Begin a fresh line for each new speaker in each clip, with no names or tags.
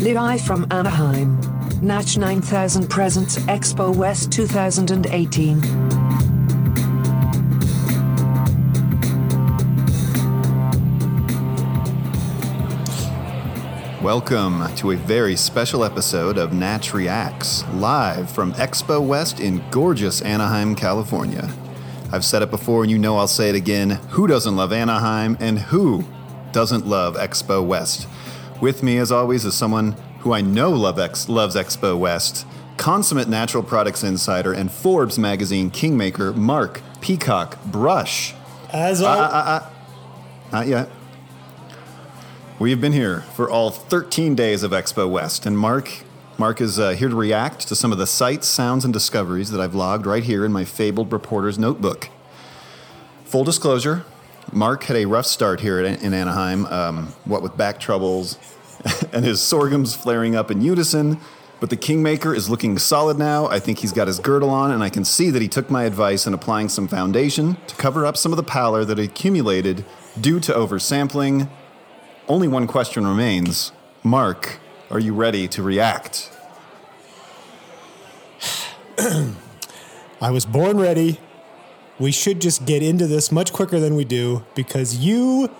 Levi from Anaheim. Natch 9000 presents Expo West 2018.
Welcome to a very special episode of Natch Reacts, live from Expo West in gorgeous Anaheim, California. I've said it before and you know I'll say it again. Who doesn't love Anaheim and who doesn't love Expo West? With me, as always, is someone who I know love ex- loves Expo West, consummate natural products insider and Forbes magazine kingmaker Mark Peacock Brush.
As al-
Not yet. We've been here for all 13 days of Expo West, and Mark, Mark is uh, here to react to some of the sights, sounds, and discoveries that I've logged right here in my fabled reporter's notebook. Full disclosure, Mark had a rough start here at, in Anaheim, um, what with back troubles and his sorghums flaring up in unison. But the Kingmaker is looking solid now. I think he's got his girdle on, and I can see that he took my advice in applying some foundation to cover up some of the pallor that had accumulated due to oversampling. Only one question remains Mark, are you ready to react?
I was born ready. We should just get into this much quicker than we do because you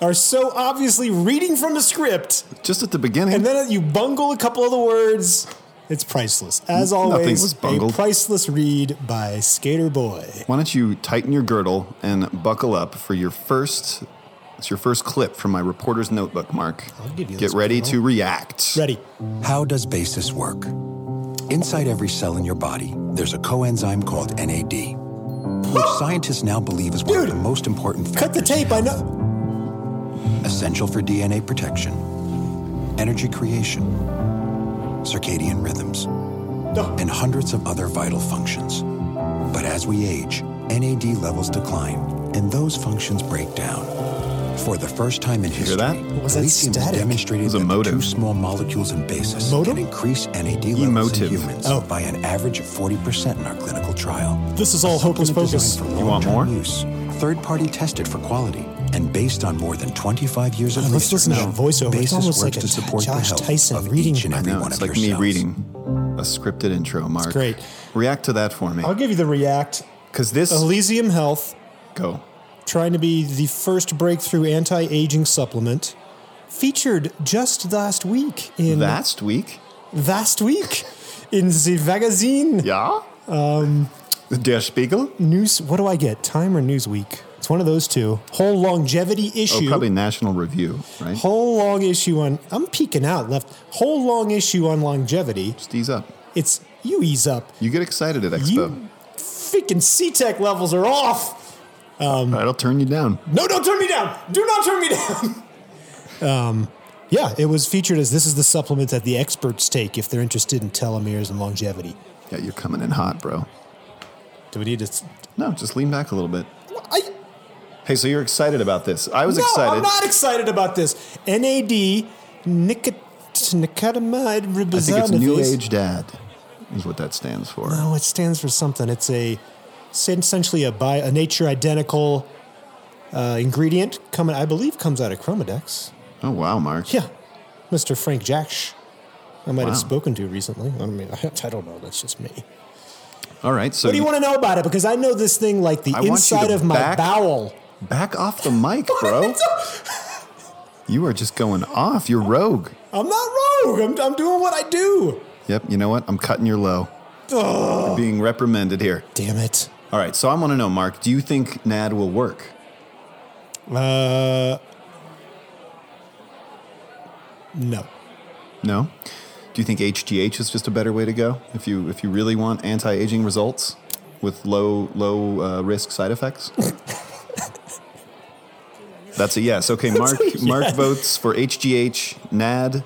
are so obviously reading from a script
Just at the beginning,
and then you bungle a couple of the words. It's priceless.
Nothing was
As always, a
bungled.
priceless read by Skater Boy.
why don't you tighten your girdle and buckle up for your first. It's your first clip from my reporter's notebook, Mark.
I'll give you
Get
this
ready
girdle.
to react.
Ready.
How does basis work? Inside every cell in your body, there's a coenzyme called NAD, which scientists now believe is one of
Dude!
the most important
Cut the
factors
tape. I know.
essential for DNA protection, energy creation, circadian rhythms,
No.
and hundreds of other vital functions. But as we age, NAD levels decline and those functions break down. For the first time in history,
that?
Was that
Elysium has
static?
demonstrated
was a
that the
motive.
two small molecules in basis
Modem?
can increase NAD levels
Emotive.
in humans
Oh.
by an average of 40% in our clinical trial.
This is all hocus
Supplement
pocus.
designed for
You want
long-term
more?
Use, third party tested for quality and based on more than 25 years of
God, let's
research.
listen to that voiceover. It's
Basis
almost like
works
a
to support
Josh
the health
Tyson
of
reading.
each and every
No,
one
it's
of
like
your
me
cells.
reading a scripted intro, Mark.
great.
React to that for me.
I'll give you the react.
Because this.
Elysium Health,
go.
trying to be the first breakthrough anti aging supplement, featured just last week in
Last week?
last week in the magazine
Yeah? Um. Der Spiegel?
news. What do I get? Time or Newsweek? It's one of those two. Whole longevity
Oh,
issue.
probably National Review, right?
Whole long issue on. I'm peeking out left. Whole long issue on longevity.
Just ease up.
It's you ease up.
You get excited at Expo.
You um, freaking C-Tech levels are off.
That'll turn you down.
No, don't turn me down. Do not turn me down. um, yeah, it was featured as this is the supplement that the experts take if they're interested in telomeres and longevity.
Yeah, you're coming in hot, bro.
Do we need to? s-
No, just lean back a little bit.
I,
Hey, so you're excited about this. I was
no,
excited.
I'm not excited about this. NAD, nicot, nicotinamide riboside.
I think it's New Age Dad, is what that stands for.
No, it stands for something. It's a it's essentially a bi, a nature identical uh, ingredient coming. I believe comes out of Chromadex.
Oh, wow, Mark.
Yeah, Mr. Frank Jaksch, I might
Wow.
have spoken to recently. I mean, I, I don't know. That's just me.
All right, so
What do you want to know about it? Because I know this thing like the
I want you
inside
to
of my
back-
bowel.
back off the mic, bro. you are just going off. You're rogue.
I'm not rogue. I'm, I'm doing what I do.
Yep, you know what? I'm cutting your low. You're being reprimanded here.
Damn it.
All right, so I want to know, Mark, do you think NAD will work?
Uh, no.
No. Do you think HGH is just a better way to go if you if you really want anti-aging results with low low uh, risk side effects? That's a yes. Okay, Mark.
a yes.
Mark votes for HGH, NAD.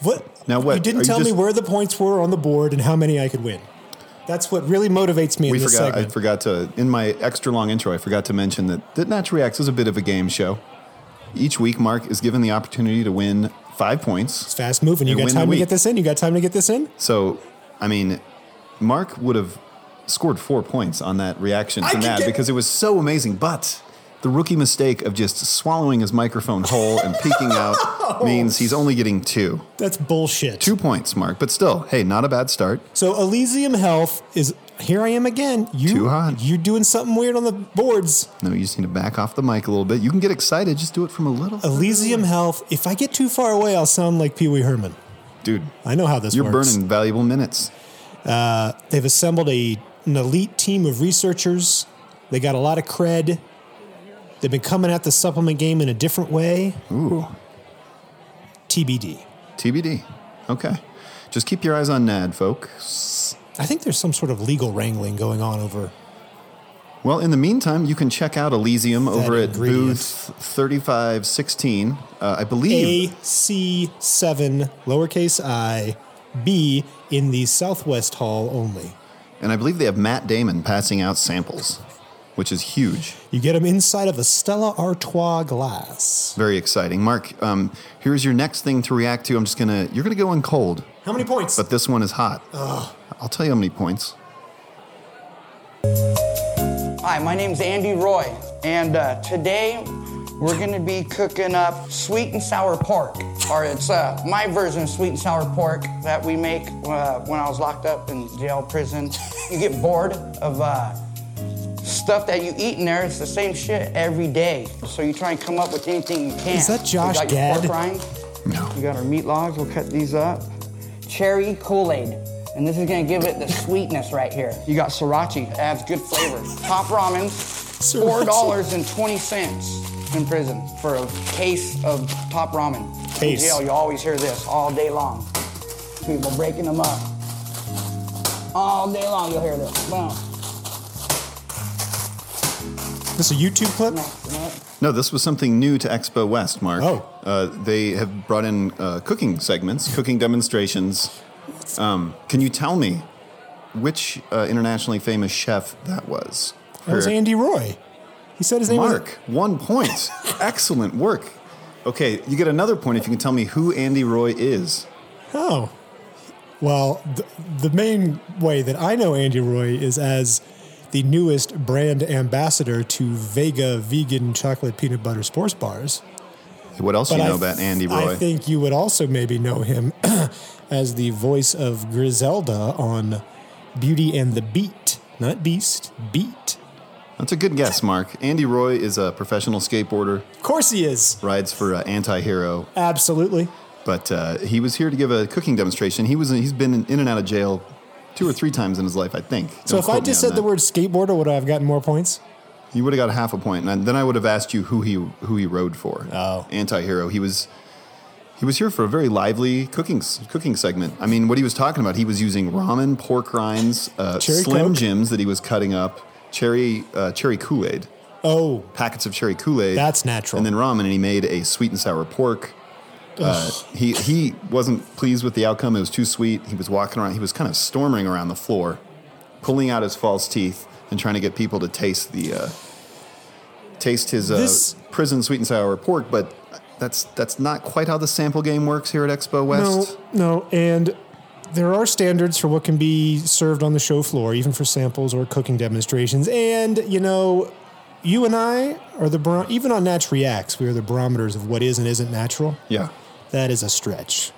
What?
Now what?
You didn't
Are you
tell me
just-
where the points were on the board and how many I could win. That's what really motivates me
We
in this
forgot. I
segment.
forgot to in my extra long intro. I forgot to mention that that Natch Reacts is a bit of a game show. Each week, Mark is given the opportunity to win five points.
it's fast moving. You
And
got
win the
time to
week.
get this in? You got time to get this in?
So, I mean, Mark would have scored four points on that reaction
I
to
could
Nad
get-
because it was so amazing. But The rookie mistake of just swallowing his microphone whole and peeking
Oh.
out means he's only getting two.
That's bullshit.
Two points, Mark, but still, hey, not a bad start.
So Elysium Health is here. I am again. You,
Too hot.
You doing something weird on the boards?
No, you just need to back off the mic a little bit. You can get excited, just do it from a little.
Elysium Health. If I get too far away, I'll sound like Pee Wee Herman.
Dude,
I know how this
you're
works.
burning valuable minutes.
They've assembled a, an elite team of researchers. They got a lot of cred. They've been coming at the supplement game in a different way.
Ooh,
TBD.
TBD. Okay. Just keep your eyes on NAD, folks.
I think there's some sort of legal wrangling going on over.
Well, in the meantime, you can check out Elysium over at
ingredient.
booth 3516. Uh, I
A
believe.
C seven lowercase i B in the Southwest Hall only.
And I believe they have Matt Damon passing out samples, which is huge.
You get them inside of a Stella Artois glass.
Very exciting. Mark, um, here's your next thing to react to. I'm just going to, you're going to go in cold,
How many points?
but this one is hot. I'll tell you how many points.
Hi, my name's Andy Roy, and uh, today we're gonna be cooking up sweet and sour pork. Or it's uh, my version of sweet and sour pork that we make uh, when I was locked up in jail, prison. You get bored of uh, stuff that you eat in there. It's the same shit every day. So you try and come up with anything you can.
Is that Josh
we got your
Gad?
Pork rind.
No.
We got our meat logs. We'll cut these up. Cherry Kool-Aid. And this is gonna give it the sweetness right here. You got sriracha, adds good flavor. Top ramen, four dollars and twenty cents in prison for a case of top ramen.
Case.
In jail, you always hear this all day long. People breaking them up. All day long, you'll hear this. Boom.
This a YouTube clip?
No, this was something new to Expo West, Mark.
Oh.
Uh, they have brought in uh, cooking segments, cooking demonstrations. Um, can you tell me which uh, internationally famous chef that was?
That was
For-
Andy Roy. He said his name
Mark,
was
one point. Excellent work. Okay, you get another point if you can tell me who Andy Roy is.
Oh. Well, th- the main way that I know Andy Roy is as the newest brand ambassador to Vega vegan chocolate peanut butter sports bars.
What else do you
I
know
th-
about Andy Roy?
I think you would also maybe know him as the voice of Griselda on Beauty and the Beat, not Beast, Beat.
That's a good guess, Mark. Andy Roy is a professional skateboarder,
Of course he is.
rides for uh, Anti Hero,
Absolutely.
But uh, he was here to give a cooking demonstration. He was he's been in, in and out of jail two or three times in his life, I think.
So
Don't
if I
quote me
just
on
said the
that.
word skateboarder, would I have gotten more points?
you would have got half a point, and then I would have asked you who he who he rode for.
Oh.
anti-hero. He was he was here for a very lively cooking s- cooking segment. I mean, what he was talking about, he was using ramen, pork rinds, uh,
Cherry
Slim
Coke.
Jims that he was cutting up, cherry uh, cherry Kool Aid,
Oh,
packets of cherry Kool Aid.
That's natural.
And then ramen, and he made a sweet and sour pork. Uh, he he wasn't pleased with the outcome. It was too sweet. He was walking around. He was kind of storming around the floor, pulling out his false teeth and trying to get people to taste the uh, taste his uh,
This-
prison sweet and sour pork. But that's that's not quite how the sample game works here at Expo West.
No, no, and there are standards for what can be served on the show floor, even for samples or cooking demonstrations. And you know, you and I are the baro- even on Natch Reacts, we are the barometers of what is and isn't natural.
Yeah.
That is a stretch.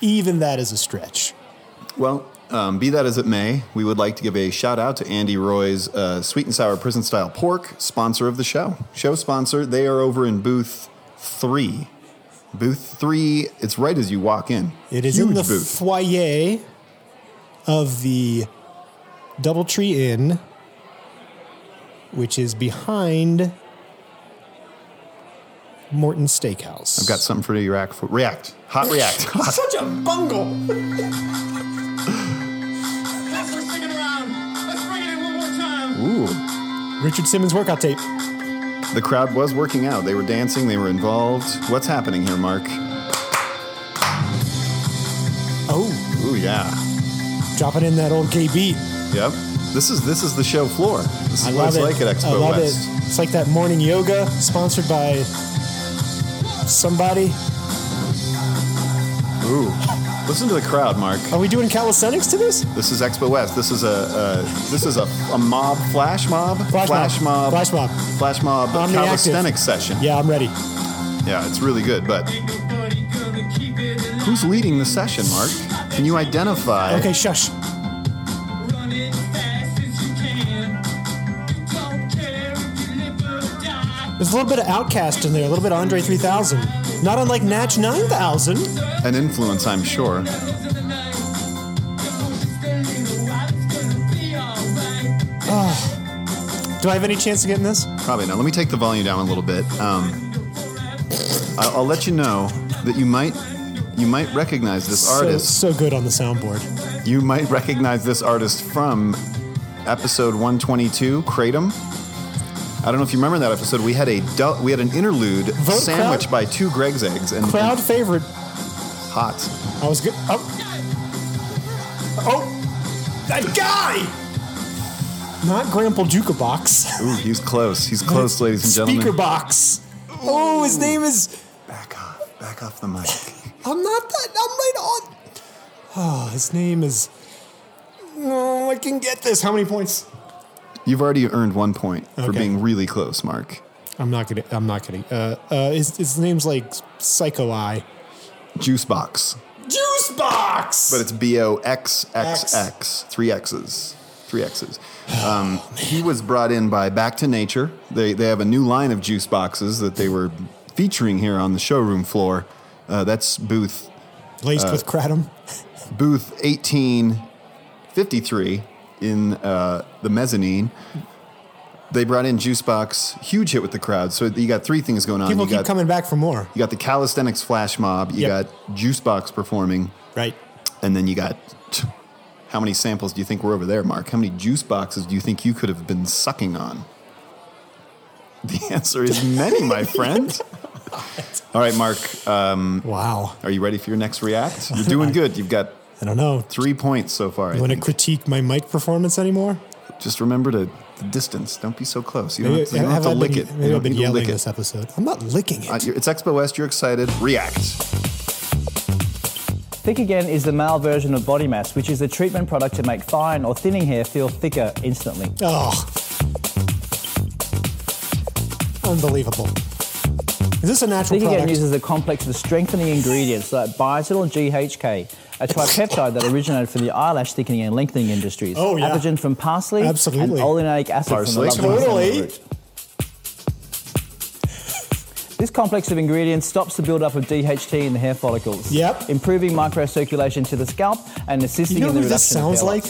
Even that is a stretch.
Well. Um, be that as it may, we would like to give a shout out to Andy Roy's uh, Sweet and Sour Prison Style Pork, sponsor of the show. Show sponsor. They are over in booth three. Booth three. It's right as you walk in.
It is in the foyer of the DoubleTree Inn, which is behind Morton Steakhouse.
Got something for you, React. React. Hot React. Hot.
Such a bungle.
Let's bring it around. Let's bring it in one more time.
Ooh.
Richard Simmons workout tape.
The crowd was working out. They were dancing. They were involved. What's happening here, Mark?
Oh,
Ooh, yeah.
dropping in that old gay beat.
Yep. This is this is the show floor. This is
I
what
love
it's
it.
like at
I
Expo
love
West.
it. It's like that morning yoga sponsored by somebody.
Ooh. Listen to the crowd, Mark.
Are we doing calisthenics to this?
This is Expo West. This is a, a this is a, a mob flash mob
Flash
mob
mob. Flash mob.
flash mob
Omniactive.
calisthenics session.
Yeah, I'm ready.
Yeah, it's really good. But who's leading the session, Mark? Can you identify?
Okay, shush. There's a little bit of Outcast in there, a little bit of Andre 3000. Not unlike Natch 9000.
An influence, I'm sure.
Do I have any chance of getting this?
Probably not. Let me take the volume down a little bit. Um, I- I'll let you know that you might you might recognize this artist.
So, so good on the soundboard.
You might recognize this artist from episode 122, Kratom. I don't know if you remember that episode. We had a du- we had an interlude
crowd-
sandwiched by two Greg's eggs and,
Crowd favorite.
and hot.
I was good. Oh. Oh. That guy! Not Grample Jukebox.
Ooh, he's close. He's close, ladies and gentlemen.
Speaker box. Oh, his name is.
Back off. Back off the mic.
I'm not that. I'm right on. Oh, his name is. No, I can get this. How many points?
You've already earned one point for
Okay.
being really close, Mark.
I'm not gonna. I'm not kidding. Uh, uh, his, his name's like Psycho Eye.
Juice box.
Juice box.
But it's B O X X
X.
X, three X's, three X's. Um, he was brought in by Back to Nature. They they have a new line of juice boxes that they were featuring here on the showroom floor. Uh, that's booth
laced
uh,
with
um,
kratom.
booth eighteen fifty three in uh, the mezzanine. They brought in juice box, huge hit with the crowd. So you got three things going on.
People
you
keep
got,
coming back for more.
You got the calisthenics flash mob. You
Yep.
got juice box performing.
Right.
And then you got how many samples do you think were over there, Mark? How many juice boxes do you think you could have been sucking on? The answer is many, my friend. All right, Mark, uh,
Wow.
are you ready for your next react? You're doing good. You've got
I don't know.
three points so far. I
Want to
think.
critique my mic performance anymore?
Just remember to the distance. Don't be so close. You don't,
Maybe-
have to- you don't have to
I
lick
been,
it. You
Maybe
don't
I've been
need to
yelling
lick it.
this episode. I'm not licking it.
Uh, you're- It's Expo West. You're excited. React.
Thick Again is the male version of Body Mass, which is a treatment product to make fine or thinning hair feel thicker instantly.
oh. Unbelievable. Is this a natural
Thick Again
product?
uses a complex of strengthening ingredients like biotin and GHK, a tripeptide that originated from the eyelash thickening and lengthening industries.
Oh, yeah.
Aptogen from parsley
Absolutely.
and oleic acid
Parsley.
from the loveland
Totally.
sandalwood root. This complex of ingredients stops the buildup of DHT in the hair follicles,
Yep.
improving microcirculation to the scalp and assisting
you know
in the
who
reduction
this sounds
of hair
like?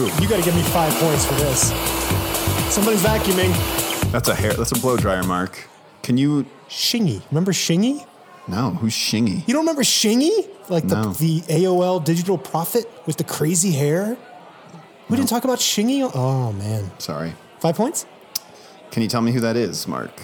loss.
Who?
You got to give me five points for this. Somebody's vacuuming.
That's a hair. That's a blow dryer, Mark. Can you?
Shingy. Remember Shingy?
No. Who's Shingy?
You don't remember Shingy? Like the,
No.
the AOL digital prophet with the crazy hair? We didn't talk about Shingy? Oh, man.
Sorry.
Five points?
Can you tell me who that is, Mark?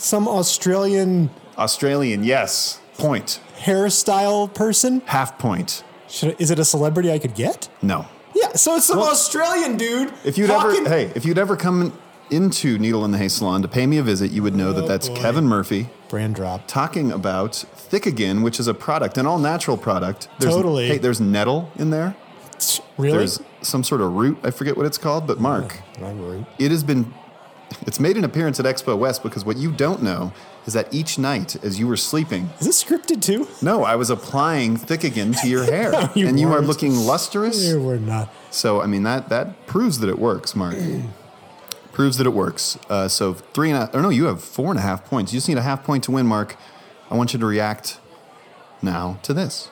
Some Australian
Australian, yes. Point.
hairstyle person?
Half point.
Should I, is it a celebrity I could get?
No.
Yeah, so it's some
Well,
Australian dude.
If you'd
talking-
ever hey, if you'd ever come into Needle in the Hay Salon to pay me a visit, you would know that
Oh,
that's
boy.
Kevin Murphy
brand drop.
talking about Thick Again, which is a product, an all natural product. There's,
Totally.
Hey, there's nettle in there.
Really?
There's some sort of root. I forget what it's called, but Mark,
I worry.
it has been it's made an appearance at Expo West because what you don't know is that each night as you were sleeping,
Is this scripted too?
no, I was applying Thick Again to your hair.
you
and you are
weren't.
looking lustrous.
Here we're not.
So I mean that that proves that it works, Mark. proves that it works. Uh, so three and a, or no, you have four and a half points. You just need a half point to win, Mark. I want you to react now to this.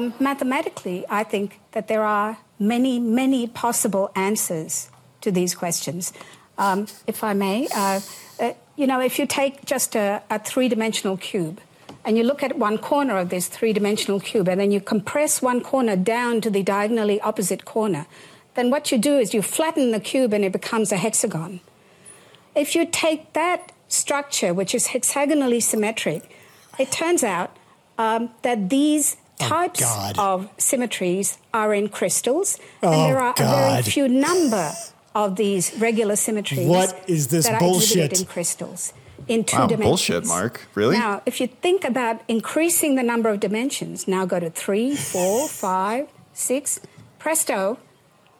Mathematically, I think that there are many, many possible answers to these questions. Um, if I may, uh, uh, you know, if you take just a, a three dimensional cube and you look at one corner of this three dimensional cube and then you compress one corner down to the diagonally opposite corner, then what you do is you flatten the cube and it becomes a hexagon. If you take that structure, which is hexagonally symmetric, it turns out um, that these types
Oh, God.
of symmetries are in crystals,
Oh,
and there are a very
God.
few number of these regular symmetries
What is this
that are
bullshit?
exhibited in crystals. in two
Wow,
dimensions.
bullshit, Mark. Really?
Now, if you think about increasing the number of dimensions, now go to three, four, five, six, presto,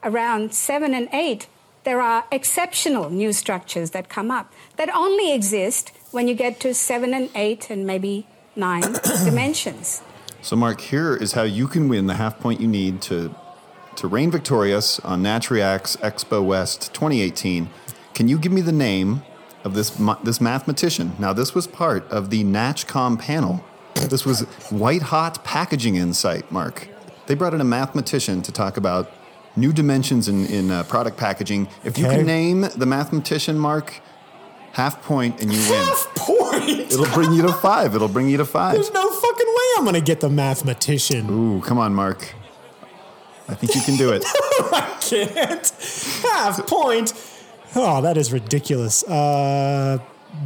around seven and eight, there are exceptional new structures that come up that only exist when you get to seven and eight and maybe nine dimensions.
So, Mark, here is how you can win the half point you need to to reign victorious on Natriax Expo West 2018. Can you give me the name of this ma- this mathematician? Now, this was part of the NatchCom panel. This was white hot packaging insight, Mark. They brought in a mathematician to talk about new dimensions in, in uh, product packaging. If you
Okay.
can name the mathematician, Mark, half point and you win.
Half point.
It'll bring you to five. It'll bring you to five.
There's no fucking way I'm gonna get the mathematician.
Ooh, come on, Mark. I think you can do it.
I can't. Half point. Oh, that is ridiculous. Uh,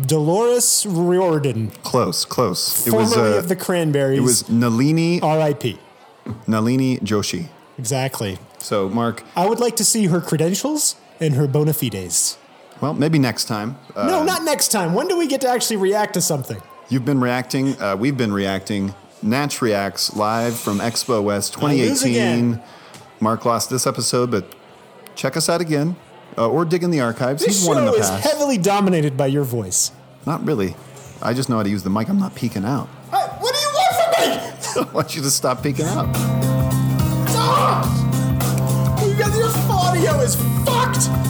Dolores Riordan,
close, close. It
formerly
was uh,
of the Uh, Cranberries.
it was Nalini
R.I.P.
Nalini Joshi.
Exactly.
So, Mark,
I would like to see her credentials and her bona fides.
well, maybe next time. Uh,
no, not next time. When do we get to actually react to something?
You've been reacting. Uh, we've been reacting. Natch reacts live from Expo West
lose
2018.
again.
Mark lost this episode, but check us out again uh, or dig in the archives.
This
He's won in
show
the
is
past.
heavily dominated by your voice.
Not really. I just know how to use the mic. I'm not peeking out.
I, what do you want from me?
I want you to stop peeking out.
Stop! You guys, your audio is fucked.